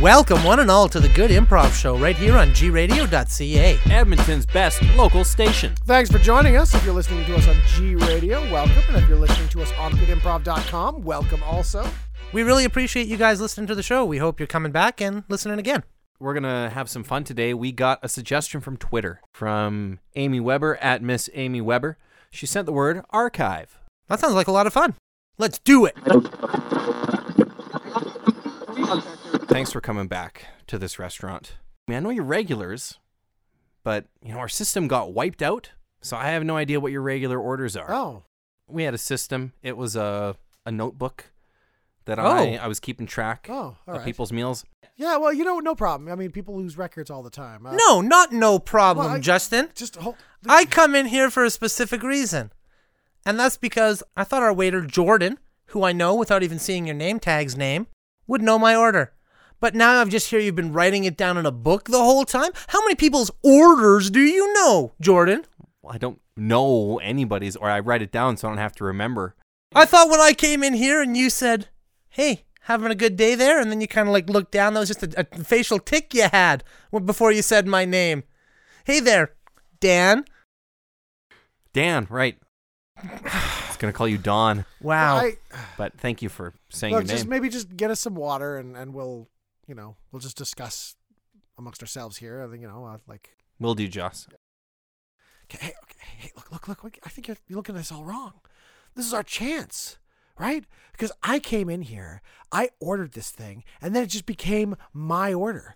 Welcome, one and all, to the Good Improv Show right here on gradio.ca. Edmonton's best local station. Thanks for joining us. If you're listening to us on G Radio, welcome. And if you're listening to us on goodimprov.com, welcome also. We really appreciate you guys listening to the show. We hope you're coming back and listening again. We're going to have some fun today. We got a suggestion from Twitter from Amy Weber at Miss Amy Weber. She sent the word archive. That sounds like a lot of fun. Let's do it. Thanks for coming back to this restaurant. I mean, I know you're regulars, but you know our system got wiped out, so I have no idea what your regular orders are. Oh, We had a system. It was a a notebook that Oh. I I was keeping track Oh, all of right. people's meals. yeah. Well, you know, no problem. I mean, people lose records all the time. Uh, No, not no problem, Well, I- Justin. Just hold. I come in here for a specific reason. And that's because I thought our waiter, Jordan, who I know without even seeing your name tag's name, would know my order. But now I've just hear you've been writing it down in a book the whole time. How many people's orders do you know, Jordan? Well, I don't know anybody's, or I write it down so I don't have to remember. I thought when I came in here and you said, "Hey, having a good day there," and then you kind of like looked down. That was just a, a facial tick you had when- before you said my name. Hey there, Dan. Dan, right? I was gonna call you Don, Wow. I, but thank you for saying look, your just name. maybe just get us some water, and and we'll, you know, we'll just discuss amongst ourselves here. I think you know, uh, like, We'll do, Joss. okay, hey, okay, hey, look, look, look, look. I think you're, you're looking at this all wrong. This is our chance, right? Because I came in here, I ordered this thing, and then it just became my order.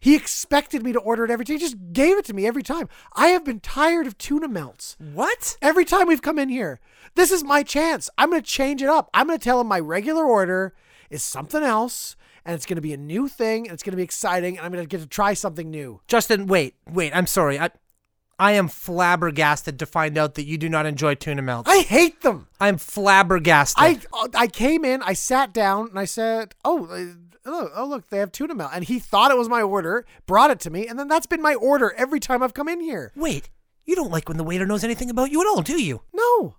He expected me to order it every time. He just gave it to me every time. I have been tired of tuna melts. what? Every time we've come in here, this is my chance. I'm going to change it up. I'm going to tell him my regular order is something else, and it's going to be a new thing, and it's going to be exciting, and I'm going to get to try something new. Justin, wait, wait. I'm sorry. I, I am flabbergasted to find out that you do not enjoy tuna melts. I hate them. am flabbergasted. I uh, I came in, I sat down, and I said, "Oh, uh, oh, oh, look, they have tuna melt." And he thought it was my order, brought it to me, and then that's been my order every time I've come in here. wait. You don't like when the waiter knows anything about you at all, do you? No,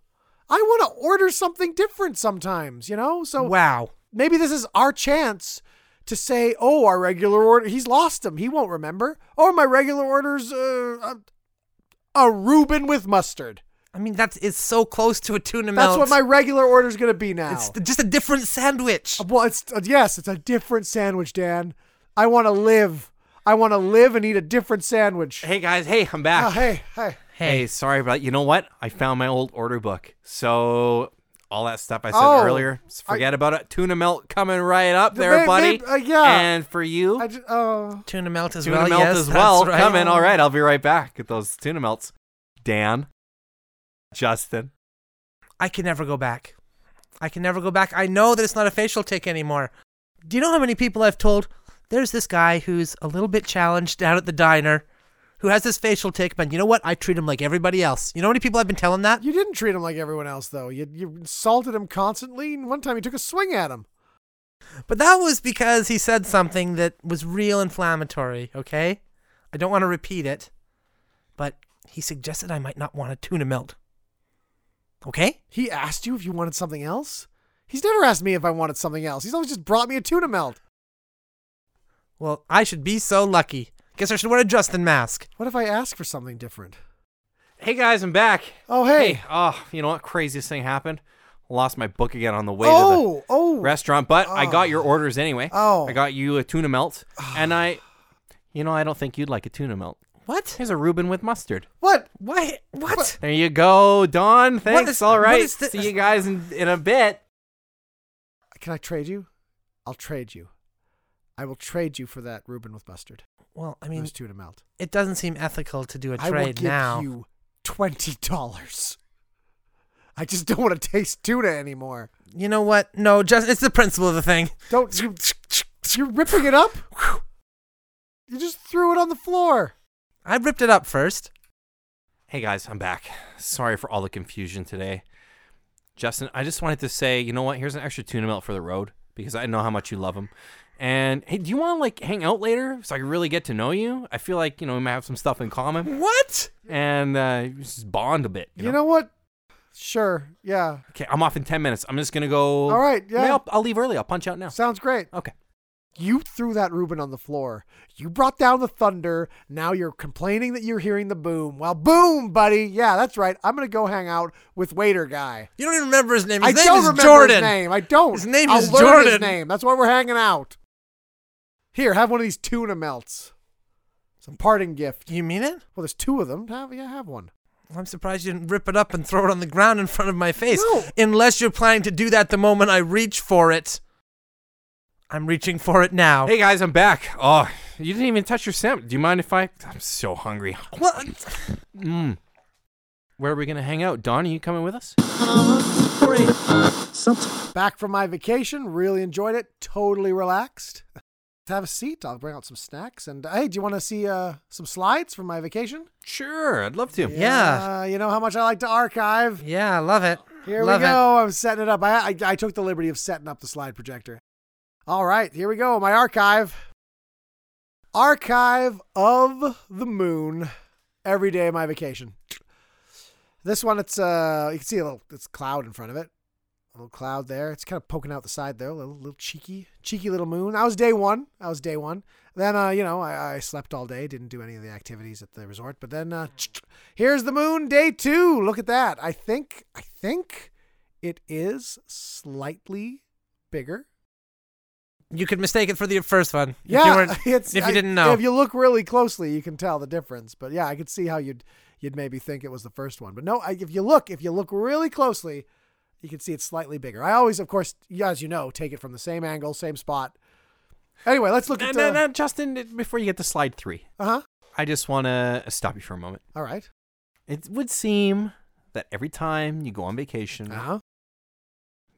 I want to order something different sometimes, you know. So wow. maybe this is our chance to say, "Oh, our regular order, he's lost them. He won't remember." Or my regular orders, uh, a, a Reuben with mustard. I mean, that's it's so close to a tuna That's melt. what my regular order's gonna be now. It's just a different sandwich. Well, it's uh, yes, it's a different sandwich, Dan. I want to live. I want to live and eat a different sandwich. Hey guys, hey, I'm Ah, back. hey, hey. Hey, sorry about you know what? I found my old order book. So all that stuff I said Oh, earlier, s- I- forget about it. Tuna melt coming right up The there, babe- buddy. babe, uh, yeah. And for you, I just, uh, Tuna melt as tuna well. melt yes, as well. that's Right. Coming. All right, I'll be right back at those tuna melts. Dan, Justin, I can never go back. I can never go back. I know that it's not a facial tick anymore. Do you know how many people I've told? There's this guy who's a little bit challenged down at the diner, who has this facial tick. But you know what? I treat him like everybody else. You know how many people I've been telling that? you didn't treat him like everyone else, though. You you insulted him constantly, and one time you took a swing at him. But that was because he said something that was real inflammatory. Okay, I don't want to repeat it, but he suggested I might not want a tuna melt. Okay. He asked you if you wanted something else. He's never asked me if I wanted something else. He's always just brought me a tuna melt. Well, I should be so lucky. Guess I should wear a Justin mask. What if I ask for something different? Hey guys, I'm back. Oh, hey. oh, you know what? Craziest thing happened. Lost my book again on the way to oh, oh, the restaurant, but I got your Ah. Oh. orders anyway. Oh. I got you a tuna melt, and I, you know, I don't think you'd like a tuna melt. What? Here's a Reuben with mustard. what? What? What? There you go, Don. Thanks. is- All what right. is thi- See you guys in, in a bit. Can I trade you? I'll trade you. I will trade you for that Reuben with mustard. Well, I It mean, was tuna melt. it doesn't seem ethical to do a I will trade give now. you twenty dollars. I just don't want to taste tuna anymore. You know what? No, just it's the principle of the thing. Don't you, you're ripping it up? You just threw it on the floor. I ripped it up first. Hey guys, I'm back. Sorry for all the confusion today. Justin, I just wanted to say, you know what? Here's an extra tuna melt for the road because I know how much you love them. And hey, do you want to like hang out later so I can really get to know you? I feel like you know we might have some stuff in common What? and uh, just bond a bit. You, You, know what? Sure. Yeah. Okay, I'm off in ten minutes. I'm just gonna go. All right, yeah. I'll, I'll leave early. I'll punch out now. Sounds great. Okay. You threw that Reuben on the floor. You brought down the thunder. Now you're complaining that you're hearing the boom. Well, boom, buddy. Yeah, that's right. I'm gonna go hang out with waiter guy. You don't even remember his name. His I name don't is remember Jordan. his name. I don't. His name I'll is learn His Jordan. name. That's why we're hanging out. Here, have one of these tuna melts. Some parting gift. You mean it? Well, there's two of them. Have yeah, have one. I'm surprised you didn't rip it up and throw it on the ground in front of my face. No. Unless you're planning to do that the moment I reach for it. I'm reaching for it now. Hey guys, I'm back. Oh, you didn't even touch your sandwich. Do you mind if I? I'm so hungry. Well, Mm. Where are we gonna hang out? Don, are you coming with us? Back from my vacation. Really enjoyed it. Totally relaxed. Have a seat. I'll bring out some snacks. And hey, do you want to see uh, some slides from my vacation? Sure, I'd love to. Yeah. Uh, you know how much I like to archive. yeah, I love it. Here love we go. I'm setting it up. I, I I took the liberty of setting up the slide projector. All right, here we go. My archive. Archive of the moon. Every day of my vacation. This one, it's uh, you can see a little, it's cloud in front of it. A little cloud there. It's kind of poking out the side there. A little, little cheeky, cheeky little moon. I was day one. I was day one. Then uh, you know, I, I slept all day. Didn't do any of the activities at the resort. But then uh, here's the moon, day two. Look at that. I think, I think, it is slightly bigger. it. You could mistake it for the first one. If you, Yeah, weren't, it's- if you I- didn't know. If you look really closely, you can tell the difference. But yeah, I could see how you'd you'd maybe think it was the first one. But no, I, if you look, if you look really closely, you can see it's slightly bigger. I always, of course, you- as you know, take it from the same angle, same spot. Anyway, let's look No, at no, uh no, Justin, before you get to slide three, huh. I just want to stop you for a moment. All right. It would seem that every time you go on vacation, Mm. Uh huh.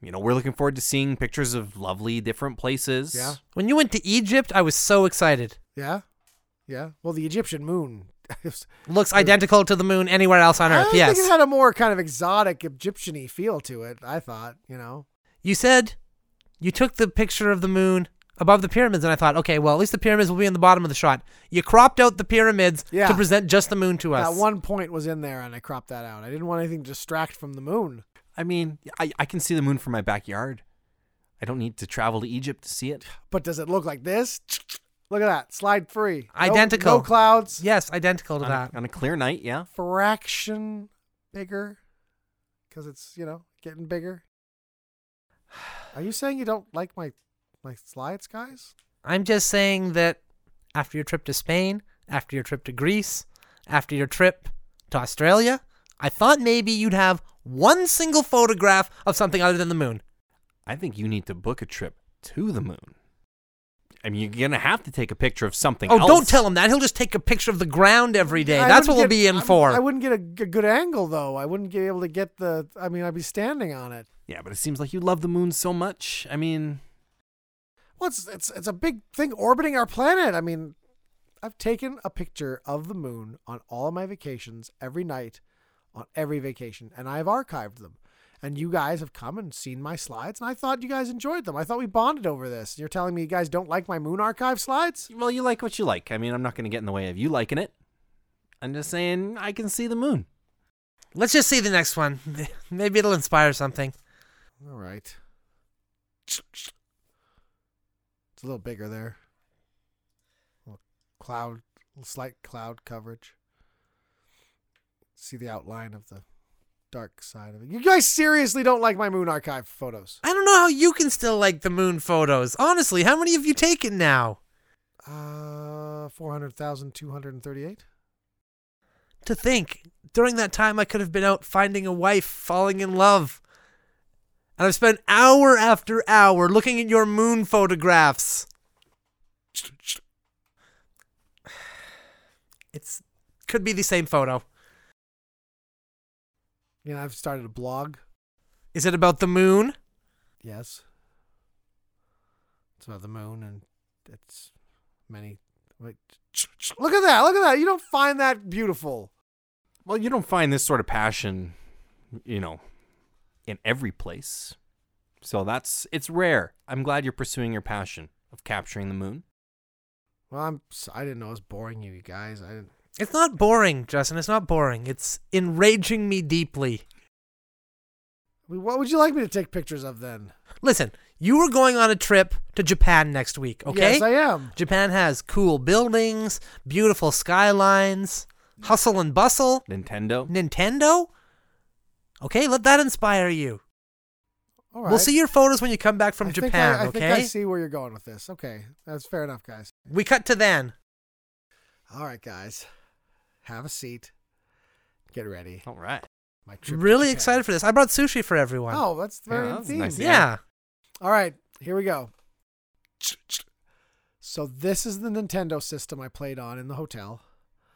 you know, we're looking forward to seeing pictures of lovely different places. Yeah. when you went to Egypt, I was so excited. Yeah. Yeah. Well, the Egyptian moon. Looks identical to the moon anywhere else on I Earth. think Yes. it had a more kind of exotic Egyptian-y feel to it. I thought, you know. you said you took the picture of the moon above the pyramids, and I thought, okay, well, at least the pyramids will be in the bottom of the shot. You cropped out the pyramids Yeah. to present just the moon to us. That one point was in there, and I cropped that out. I didn't want anything to distract from the moon. I mean, I, I can see the moon from my backyard. I don't need to travel to Egypt to see it. But does it look like this? Look at that. Slide three. No- Identical. No, clouds. Yes, identical to On a, that. on a clear night, yeah. Fraction bigger. Because it's, you know, getting bigger. Are you saying you don't like my my slides, guys? I'm just saying that after your trip to Spain, after your trip to Greece, after your trip to Australia, I thought maybe you'd have one single photograph of something other than the moon. I think you need to book a trip to the moon. I mean, you're gonna have to take a picture of something. Oh, else. don't tell him that. He'll just take a picture of the ground every day. I That's wouldn't what we'll get- be in I- for. I wouldn't get a, g- good angle, though. I wouldn't be able to get the. I mean, I'd be standing on it. Yeah, but it seems like you love the moon so much. I mean, Well, it's, it's, it's a big thing orbiting our planet. I mean, I've taken a picture of the moon on all of my vacations every night on every vacation, and I've archived them. And you guys have come and seen my slides, and I thought you guys enjoyed them. I thought we bonded over this. You're telling me you guys don't like my moon archive slides? well, you like what you like. I mean, I'm not gonna get in the way of you liking it. I'm just saying I can see the moon. Let's just see the next one. Maybe it'll inspire something. All right. It's a little bigger there. Little cloud, slight cloud coverage. See the outline of the dark side of it. You guys seriously don't like my moon archive photos? I don't know how you can still like the moon photos. Honestly, how many have you taken now? Uh, 400,238. To think, during that time, I could have been out finding a wife, falling in love. And I've spent hour after hour looking at your moon photographs. It's could be the same photo. You know, I've started a blog. Is it about the moon? Yes. It's about the moon and it's many. Wait. Look at that. Look at that. You don't find that beautiful. Well, you don't find this sort of passion, you know, in every place. So that's it's rare. I'm glad you're pursuing your passion of capturing the moon. Well, I'm. s- I didn't know I was boring you, you guys. I didn't. It's not boring, Justin. It's not boring. It's enraging me deeply. I mean, What would you like me to take pictures of then? Listen, You are going on a trip to Japan next week, okay? Yes, I am. Japan has cool buildings, beautiful skylines, hustle and bustle, Nintendo. Nintendo. Okay, let that inspire you. All right. We'll see your photos when you come back from I think Japan, I, I okay? think I see where you're going with this. Okay, that's fair enough, guys. We cut to then. All right, guys, have a seat. Get ready. All right. My trip to Really Japan. excited for this. I brought sushi for everyone. Oh, that's very Yeah, yeah, that's nice. yeah. All right, here we go. So this is the Nintendo system I played on in the hotel.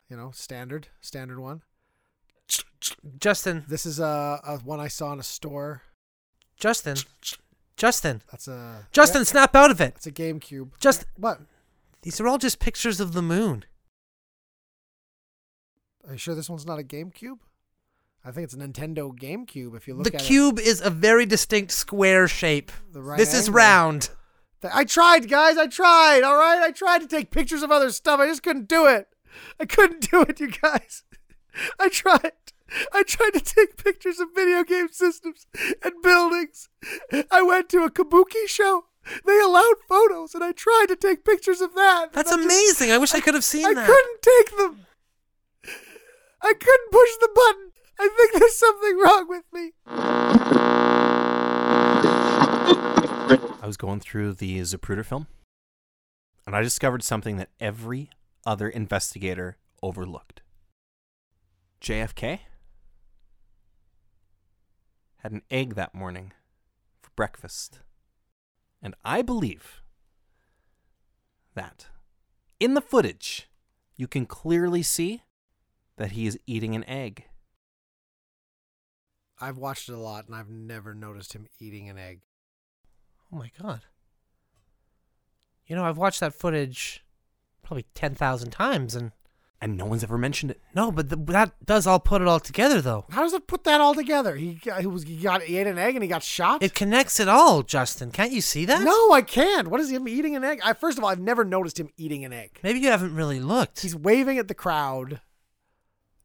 You know, standard, standard one. Justin, This is a, a one I saw in a store. Justin, Justin, That's a Justin, yeah, snap out of it. that's a GameCube. Just- what? These are all just pictures of the moon. Are you sure this one's not a GameCube? I think it's a Nintendo GameCube. If you look The at cube is a very distinct square shape. it, the right this is angle. round. Th- I tried, guys. I tried. All right. I tried to take pictures of other stuff. I just couldn't do it. I couldn't do it, you guys. I tried. I tried to take pictures of video game systems and buildings. I went to a kabuki show. They allowed photos, and I tried to take pictures of that. That's and I just- amazing. I wish I, could have seen I that. couldn't take them. I couldn't push the button. I think there's something wrong with me. I was going through the Zapruder film, and I discovered something that every other investigator overlooked. JFK had an egg that morning for breakfast. And I believe that in the footage, you can clearly see that he is eating an egg. I've watched it a lot, and I've never noticed him eating an egg. Oh my god. You know, I've watched that footage probably 10,000 times and And no one's ever mentioned it. no, but th- that does all put it all together though. How does it put that all together? He got, he was he got he ate an egg and he got shot. It connects it all, Justin. Can't you see that? no, I can't. What is him eating an egg? I first of all, I've never noticed him eating an egg. Maybe you haven't really looked. He's waving at the crowd.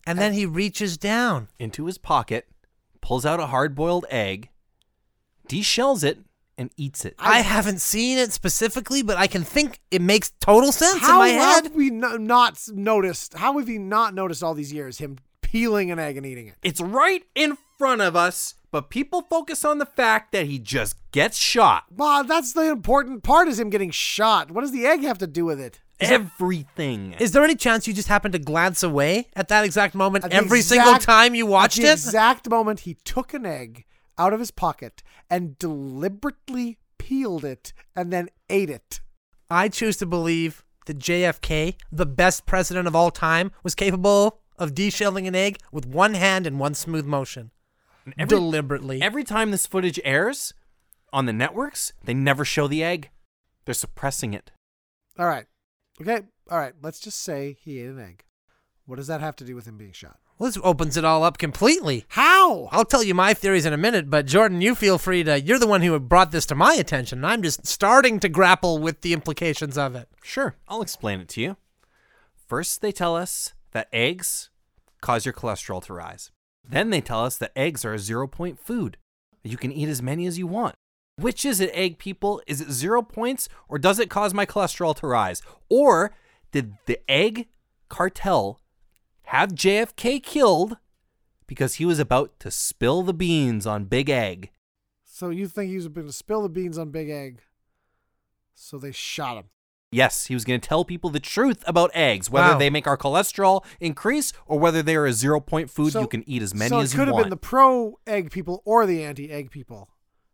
and then he reaches down. into his pocket, pulls out a hard boiled egg, deshells it, and eats it. I, I- haven't seen it specifically, but I can think it makes total sense how in my have head. we no- not noticed? How have you not noticed all these years him peeling an egg and eating it? It's right in front of us, but people focus on the fact that he just gets shot. Well, that's the important part is him getting shot. What does the egg have to do with it? Everything. Is there any chance you just happened to glance away at that exact moment At the every exact- single time you at watched the it? exact moment he took an egg out of his pocket and deliberately peeled it and then ate it. I choose to believe that JFK, the best president of all time, was capable of deshelling an egg with one hand in one smooth motion. And every, deliberately. every time this footage airs on the networks, they never show the egg. They're suppressing it. All right. Okay. All right. Let's just say he ate an egg. What does that have to do with him being shot? well, this opens it all up completely. How? I'll tell you my theories in a minute, but Jordan, you feel free to. You're the one who brought this to my attention, and I'm just starting to grapple with the implications of it. Sure, I'll explain it to you. First, they tell us that eggs cause your cholesterol to rise. Then they tell us that eggs are a zero point food. You can eat as many as you want. Which is it, egg people? Is it zero points or does it cause my cholesterol to rise? Or did the egg cartel have JFK killed because he was about to spill the beans on Big Egg? So you think he was going to spill the beans on Big Egg? So they shot him. Yes, he was going to tell people the truth about eggs, whether Wow. they make our cholesterol increase or whether they are a zero point food So- you can eat as many so as it you could have want. been the pro egg people or the anti egg people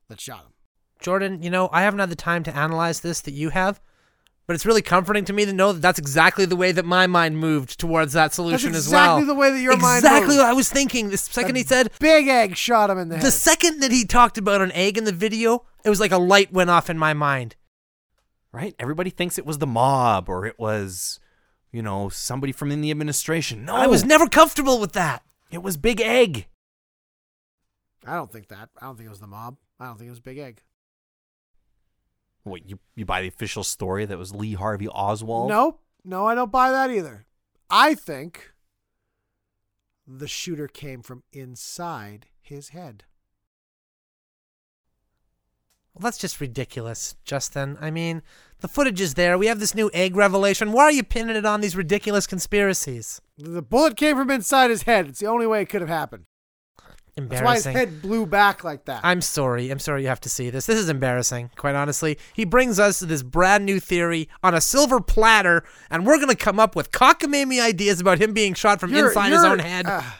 that shot him. Jordan, you know, I haven't had the time to analyze this that you have, but it's really comforting to me to know that that's exactly the way that my mind moved towards that solution That's as well. exactly the way that your exactly mind Exactly moved. what I was thinking. The second That he said, Big Egg shot him in the, the head. second that he talked about an egg in the video, it was like a light went off in my mind. right? Everybody thinks it was the mob or it was, you know, somebody from in the administration. No, I was never comfortable with that. it was Big Egg. I don't think that. I don't think it was the mob. I don't think it was Big Egg. Wait, you, you buy the official story that was Lee Harvey Oswald? Nope. No, I don't buy that either. I think the shooter came from inside his head. Well, that's just ridiculous, Justin. I mean, the footage is there. We have this new egg revelation. Why are you pinning it on these ridiculous conspiracies? The bullet came from inside his head. It's the only way it could have happened. That's Embarrassing. why his head blew back like that. I'm sorry. I'm sorry you have to see this. This is embarrassing, quite honestly. He brings us this brand new theory on a silver platter, and we're going to come up with cockamamie ideas about him being shot from You're- inside his you're- own head. uh, How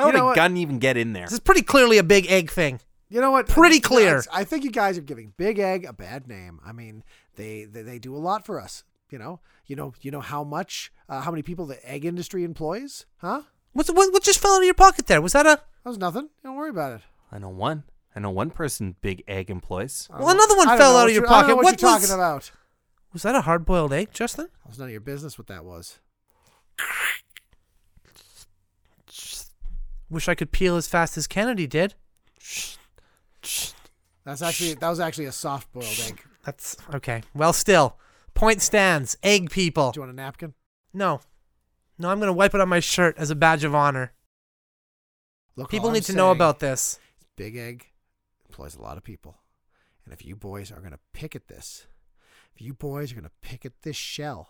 you would know a what? gun even get in there? this is pretty clearly a big egg thing. You know what? Pretty You know, clear. it's- I think you guys are giving Big Egg a bad name. I mean, they they, they do a lot for us. You know, you know, you know how much, uh, how many people the egg industry employs, huh? What's, what, what just fell out of your pocket there? Was that a. That was nothing. Don't worry about it. I know one. I know one person Big Egg employs. I Well, don't- another one I don't fell know out what of your you- I don't know pocket. What, What you was- talking about? Was that a hard boiled egg, Justin? That was none of your business what that was. Wish I could peel as fast as Kennedy did. That's actually that was actually a soft boiled egg. That's. Okay. Well, still. Point stands. Egg people. Do you want a napkin? No. No, I'm going to wipe it on my shirt as a badge of honor. Look, all People I'm need to know saying- about this. Big Egg employs a lot of people. And if you boys are going to pick at this, if you boys are going to pick at this shell,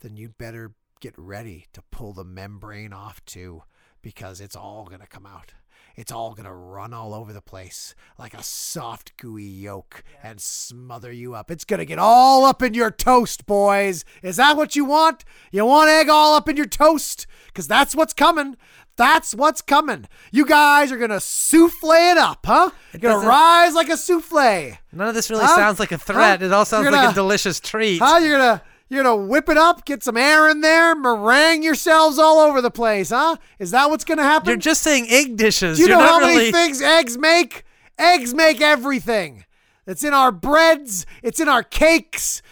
then you'd better get ready to pull the membrane off too, because it's all going to come out. It's all going to run all over the place like a soft, gooey yolk and smother you up. It's going to get all up in your toast, boys. Is that what you want? You want egg all up in your toast? Because that's what's coming. That's what's coming. You guys are going to souffle it up, huh? You're going to doesn't- rise like a souffle. None of this really Huh? sounds like a threat. Huh? It all sounds You're like a gonna- delicious treat. How you're gonna you're gonna whip it up, get some air in there, meringue yourselves all over the place, huh? Is that what's gonna happen? You're just saying egg dishes. Do you You're know how not many really. things eggs make? Eggs make everything. It's in our breads. It's in our cakes.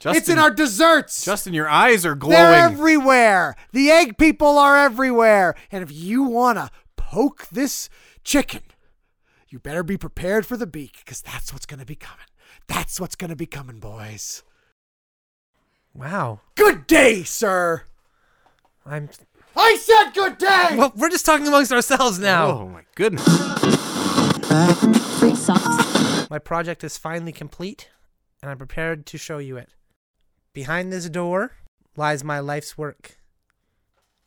Justin, it's in our desserts. Justin, your eyes are They're glowing. Oh everywhere. The egg people are everywhere. And if you wanna poke this chicken, you better be prepared for the beak, because that's what's gonna be coming. That's what's gonna be coming, boys. wow. Good day, sir. I'm. I said good day. Well, we're just talking amongst ourselves now. Oh my goodness! Free socks. My project is finally complete, and I'm prepared to show you it. Behind this door lies my life's work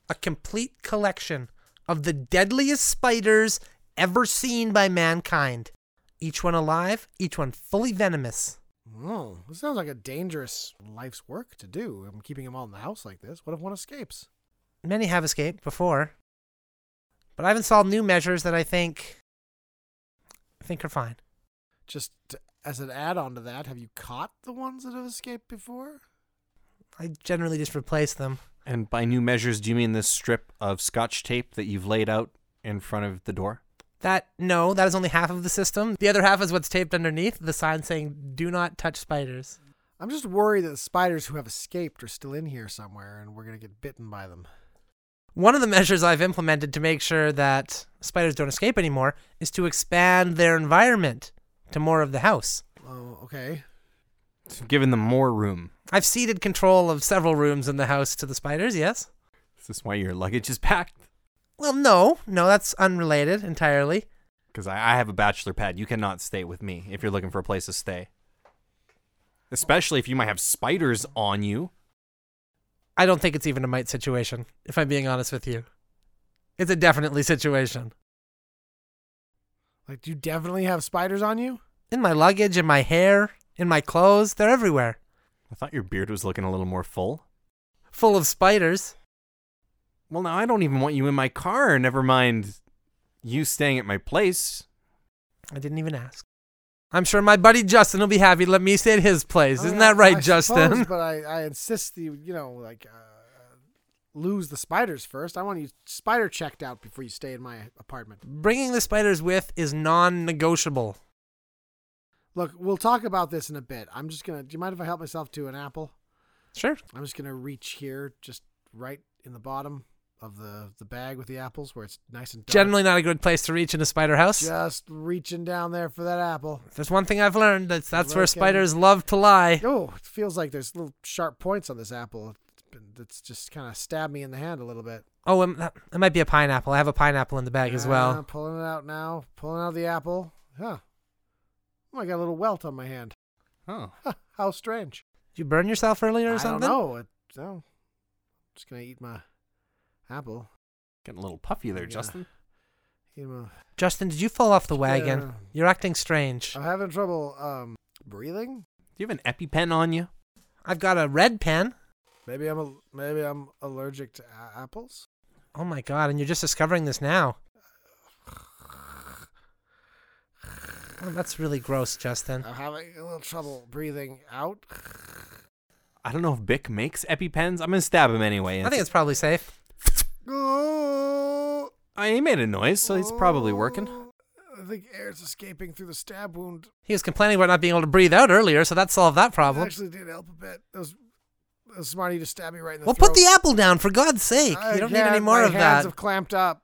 a complete collection of the deadliest spiders ever seen by mankind. Each one alive, each one fully venomous. oh, this sounds like a dangerous life's work to do. I'm keeping them all in the house like this. What if one escapes? many have escaped before, but I've installed new measures that I think I think are fine. Just t- as an add-on to that, have you caught the ones that have escaped before? I generally just replace them. And by new measures, do you mean this strip of scotch tape that you've laid out in front of the door? That no, that is only half of the system. The other half is what's taped underneath the sign saying "Do not touch spiders." I'm just worried that the spiders who have escaped are still in here somewhere, and we're gonna get bitten by them. One of the measures I've implemented to make sure that spiders don't escape anymore is to expand their environment to more of the house. Oh, okay. So giving them more room. I've ceded control of several rooms in the house to the spiders, yes. Is this why your luggage is packed? Well, no, no, that's unrelated entirely. Because I, I have a bachelor pad. You cannot stay with me if you're looking for a place to stay. Especially if you might have spiders on you. I don't think it's even a might situation, if I'm being honest with you. It's a definitely situation. Like, do you definitely have spiders on you? In my luggage, in my hair, in my clothes, they're everywhere. I thought your beard was looking a little more full. Full of spiders. Well, now I don't even want you in my car. Never mind you staying at my place. I didn't even ask. I'm sure my buddy Justin will be happy to let me stay at his place. I mean, Isn't I- that right, Oh, I Justin? suppose, but I, I insist that you, you know, like, uh, lose the spiders first. I want you spider checked out before you stay in my apartment. Bringing the spiders with is non negotiable. Look, we'll talk about this in a bit. I'm just gonna. Do you mind if I help myself to an apple? Sure. I'm just gonna reach here, just right in the bottom of the the bag with the apples, where it's nice and dark. Generally, not a good place to reach in a spider house. just reaching down there for that apple. If There's one thing I've learned that's that's where Looking. spiders love to lie. Oh, it feels like there's little sharp points on this apple. It's been- That's just kind of stabbed me in the hand a little bit. Ah, Oh, um, that- it might be a pineapple. I have a pineapple in the bag as well. Uh, pulling it out now, pulling out the apple. Huh. Oh, I got a little welt on my hand. Oh. How strange. Did you burn yourself earlier or something? I don't know. It, so, just gonna eat my apple. Getting a little puffy there, Yeah. Justin. Eat my, Justin, did you fall off the wagon? Yeah. Uh, You're acting strange. I'm having trouble um breathing. Do you have an EpiPen on you? I've got a red pen. Maybe I'm a, maybe I'm allergic to a- apples. Oh my god, and you're just discovering this now. Oh, that's really gross, Justin. I'm having a little trouble breathing out. I don't know if Bic makes EpiPens. I'm gonna stab him anyway. and I think it's probably safe. Oh, I he made a noise, so he's probably working. I think air's escaping through the stab wound. He was complaining about not being able to breathe out earlier, so that solved that It problem. actually did help a bit. That was, that was smart of you to stab me right in the Well, throat. put the apple down, for God's sake. I You don't need can't. any more my of hands that. have clamped up.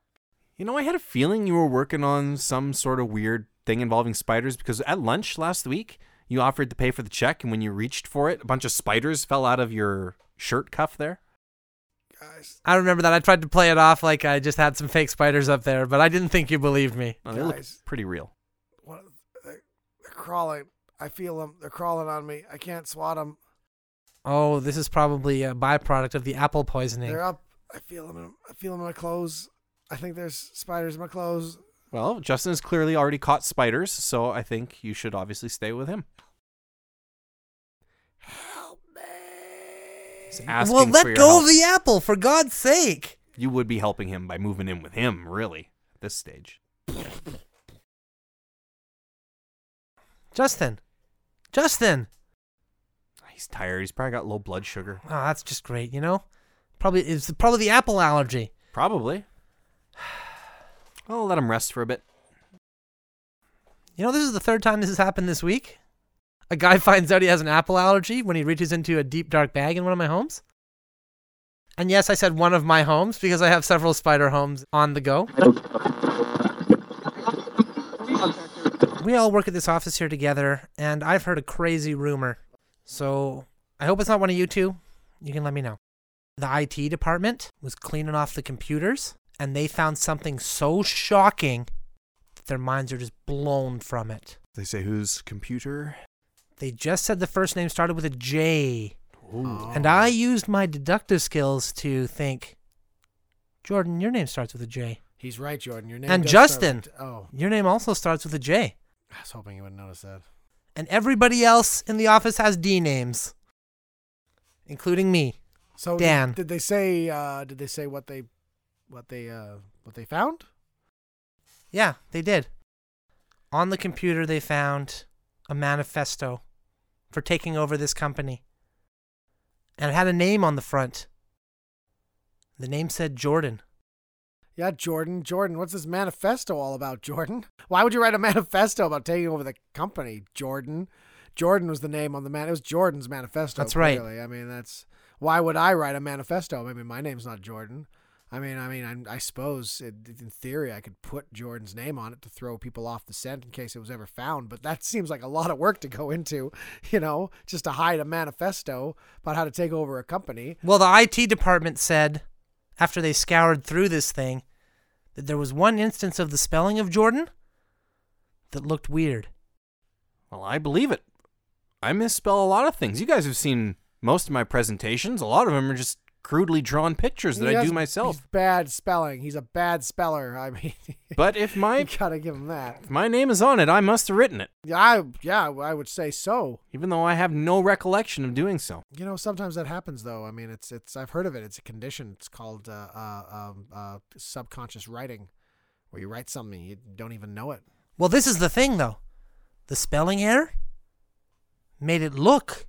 You know, I had a feeling you were working on some sort of weird thing involving spiders because at lunch last week, you offered to pay for the check, and when you reached for it, a bunch of spiders fell out of your shirt cuff there. Guys, I remember that. I tried to play it off like I just had some fake spiders up there, but I didn't think you believed me. Oh, they look Guys. pretty real. what, they're, they're crawling. I feel them. They're crawling on me. I can't swat them. Oh, this is probably a byproduct of the apple poisoning. They're up. I feel them. In, I feel them in my clothes. I think there's spiders in my clothes. Well, Justin has clearly already caught spiders, so I think you should obviously stay with him. Help me. He's asking well, let for your go help. of the apple, for God's sake. You would be helping him by moving in with him, really, at this stage. Justin. Justin. He's tired. He's probably got low blood sugar. Oh, that's just great, you know? Probably it's probably the apple allergy. Probably. I'll let him rest for a bit. You know, this is the third time this has happened this week. A guy finds out he has an apple allergy when he reaches into a deep dark bag in one of my homes. And yes, I said one of my homes because I have several spider homes on the go. We all work at this office here together, and I've heard a crazy rumor. So I hope it's not one of you two. You can let me know. The IT department was cleaning off the computers, and they found something so shocking that their minds are just blown from it. They say whose computer? They just said the first name started with a J. Ooh. And I used my deductive skills to think, Jordan, your name starts with a J. He's right, Jordan. Your name And does start Justin. with- oh, Your name also starts with a J. I was hoping you wouldn't notice that. And everybody else in the office has D names, including me. So did- Dan. did, they say? Uh, did they say what they, what they, uh, what they found? Yeah, they did. On the computer, they found a manifesto for taking over this company. And it had a name on the front. The name said Jordan. Yeah, Jordan. Jordan, what's this manifesto all about, Jordan? Why would you write a manifesto about taking over the company, Jordan? Jordan was the name on the man. It was Jordan's manifesto. That's right. clearly. I mean, that's why would I write a manifesto? I mean, my name's not Jordan. I mean, I mean, I, I suppose it, in theory I could put Jordan's name on it to throw people off the scent in case it was ever found. But that seems like a lot of work to go into, you know, just to hide a manifesto about how to take over a company. Well, the IT department said, after they scoured through this thing, that there was one instance of the spelling of Jordan that looked weird. Well, I believe it. I misspell a lot of things. You guys have seen most of my presentations. A lot of them are just crudely drawn pictures that He I has- do myself. He's bad spelling. He's a bad speller. I mean, But if my you gotta give him that. if my name is on it, I must have written it, Yeah, I, yeah, I would say so. even though I have no recollection of doing so. You know, sometimes that happens though. I mean, it's it's I've heard of it. It's a condition. It's called uh, uh, um, uh, subconscious writing, where you write something you don't even know it. Well, this is the thing, though. The spelling error made it look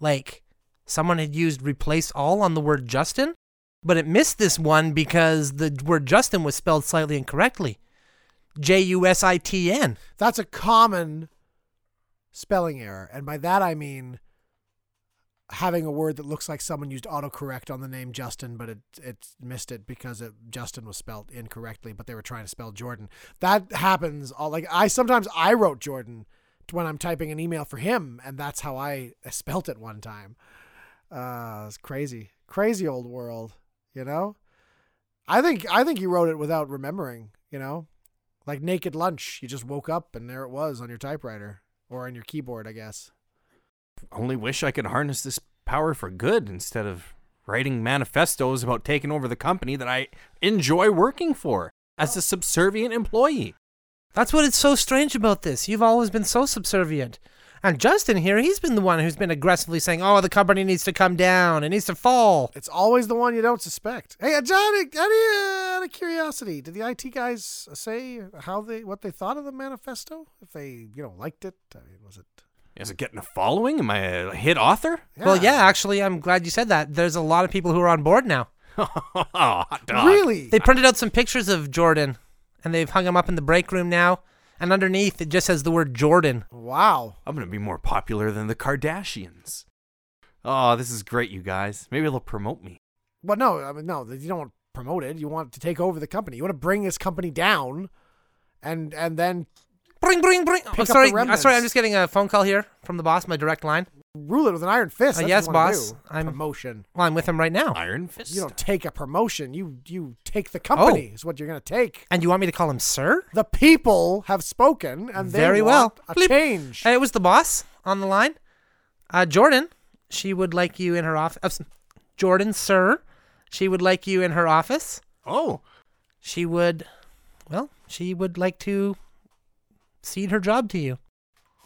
like someone had used replace all on the word Justin, but it missed this one because the word Justin was spelled slightly incorrectly J U S I T N. That's a common spelling error, and by that I mean having a word that looks like someone used autocorrect on the name Justin, but it it missed it because it, Justin was spelled incorrectly, but they were trying to spell Jordan. That happens all like I sometimes I wrote Jordan when I'm typing an email for him, and that's how I spelt it one time. Uh, it's crazy, crazy old world, you know. I think I think you wrote it without remembering, you know, like naked lunch. You just woke up and there it was on your typewriter. or on your keyboard, I guess. Only wish I could harness this power for good instead of writing manifestos about taking over the company that I enjoy working for as a subservient employee. That's what it's so strange about this. You've always been so subservient. And Justin here, he's been the one who's been aggressively saying, oh, the company needs to come down. It needs to fall. It's always the one you don't suspect. Hey, uh, John, out of, out of curiosity, did the IT guys say how they what they thought of the manifesto? If they you know liked it, I mean, was it? Is it getting a following? Am I a hit author? Well, yeah, actually, I'm glad you said that. There's a lot of people who are on board now. Oh, Hot dog. really? They printed out some pictures of Jordan and they've hung him up in the break room now. And underneath, it just says the word Jordan. wow. I'm going to be more popular than the Kardashians. Oh, this is great, you guys. Maybe they'll promote me. Well, no, I mean, no, you don't want promoted. You want to take over the company. You want to bring this company down, and and then Bring, bring, bring. Pick Oh, up the sorry, I'm remnants. sorry. I'm just getting a phone call here from the boss, my direct line. rule it with an iron fist. Uh, That's yes, what you wanna boss. do. I'm- promotion. Well, I'm with him right now. Iron Fist. uh, You don't take a promotion. You you take the Oh. company is what you're gonna take. And you want me to call him sir? The people have spoken, and they Very well. want a Bleep. change. Uh, it was the boss on the line. Uh, Jordan, she would like you in her office. Jordan, sir, she would like you in her office. Oh, She would, well, she would like to cede her job to you.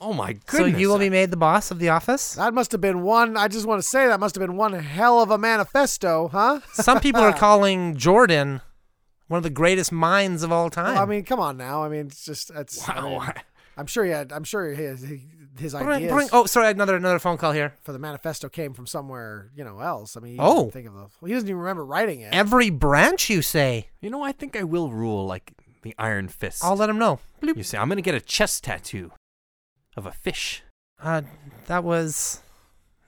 oh my goodness. So you will be made the boss of the office. That must have been one. I just want to say that must have been one hell of a manifesto, huh? Some people are calling Jordan one of the greatest minds of all time. Well, I mean, come on now. I mean, it's just it's. I Wow. mean, I'm sure he had. I'm sure his his Bring- ideas bring- oh, sorry, another another phone call here. for the manifesto came from somewhere you know else. I mean, he Oh. didn't think of the. Well, he doesn't even remember writing it. Every branch you say, You know, I think I will rule like the Iron Fist. I'll let him know. Bloop. you say, I'm going to get a chest tattoo of a fish. Uh, that was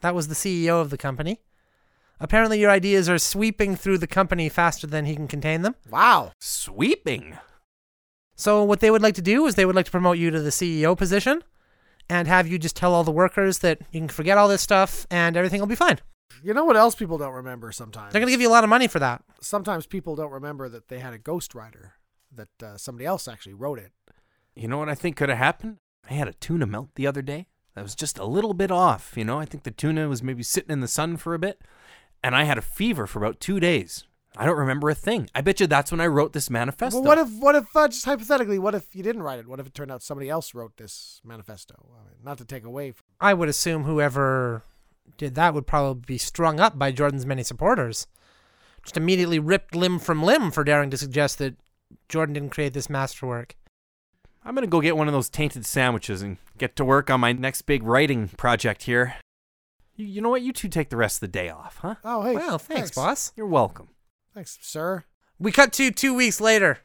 that was the CEO of the company. Apparently, your ideas are sweeping through the company faster than he can contain them. wow. Sweeping. So, what they would like to do is they would like to promote you to the CEO position, and have you just tell all the workers that you can forget all this stuff and everything will be fine. You know what else people don't remember sometimes. They're gonna give you a lot of money for that. sometimes people don't remember that they had a ghostwriter that uh, somebody else actually wrote it. You know what I think could have happened? I had a tuna melt the other day that was just a little bit off. You know, I think the tuna was maybe sitting in the sun for a bit, and I had a fever for about two days. I don't remember a thing. I bet you that's when I wrote this manifesto. Well, what if what if uh, just hypothetically, what if you didn't write it? What if it turned out somebody else wrote this manifesto? I mean, not to take away from I would assume whoever did that would probably be strung up by Jordan's many supporters. Just immediately ripped limb from limb for daring to suggest that Jordan didn't create this masterwork. I'm gonna go get one of those tainted sandwiches and get to work on my next big writing project here. You, you know what? You two take the rest of the day off, huh? Oh, hey. well, thanks, boss. You're welcome. Thanks, sir. We cut to two weeks later.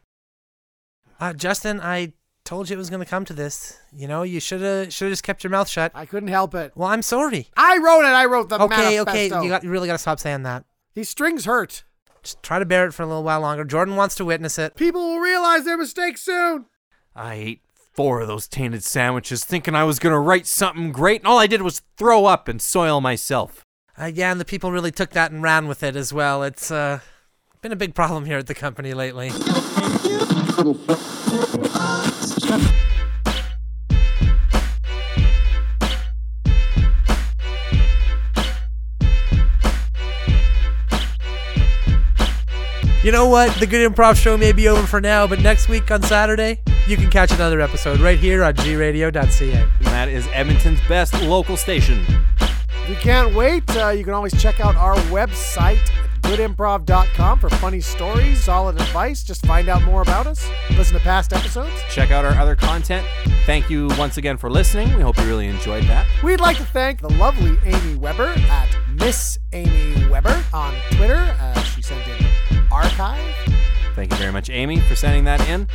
Uh, Justin, I told you it was going to come to this. You know, you should have should have just kept your mouth shut. I couldn't help it. Well, I'm sorry. I wrote it. I wrote the okay, manifesto. okay, you got you really got to stop saying that. These strings hurt. Just try to bear it for a little while longer. Jordan wants to witness it. People will realize their mistake soon. I ate four of those tainted sandwiches thinking I was gonna write something great, and all I did was throw up and soil myself. Uh, yeah, and the people really took that and ran with it as well. It's uh, been a big problem here at the company lately. You know what? The Good Improv Show may be over for now, but next week on Saturday, you can catch another episode right here on gradio.ca. And that is Edmonton's best local station. If you can't wait, uh, you can always check out our website at goodimprov.com for funny stories, solid advice. Just find out more about us. Listen to past episodes. Check out our other content. Thank you once again for listening. We hope you really enjoyed that. We'd like to thank the lovely Amy Weber at Miss Amy Weber on Twitter. Uh, she sent in archive. Thank you very much, Amy, for sending that in.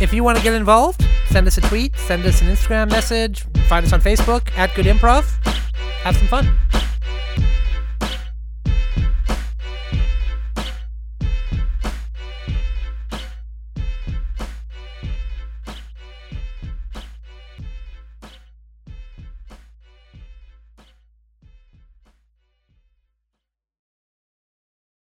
If you want to get involved, send us a tweet, send us an Instagram message, find us on Facebook at Good Improv. Have some fun.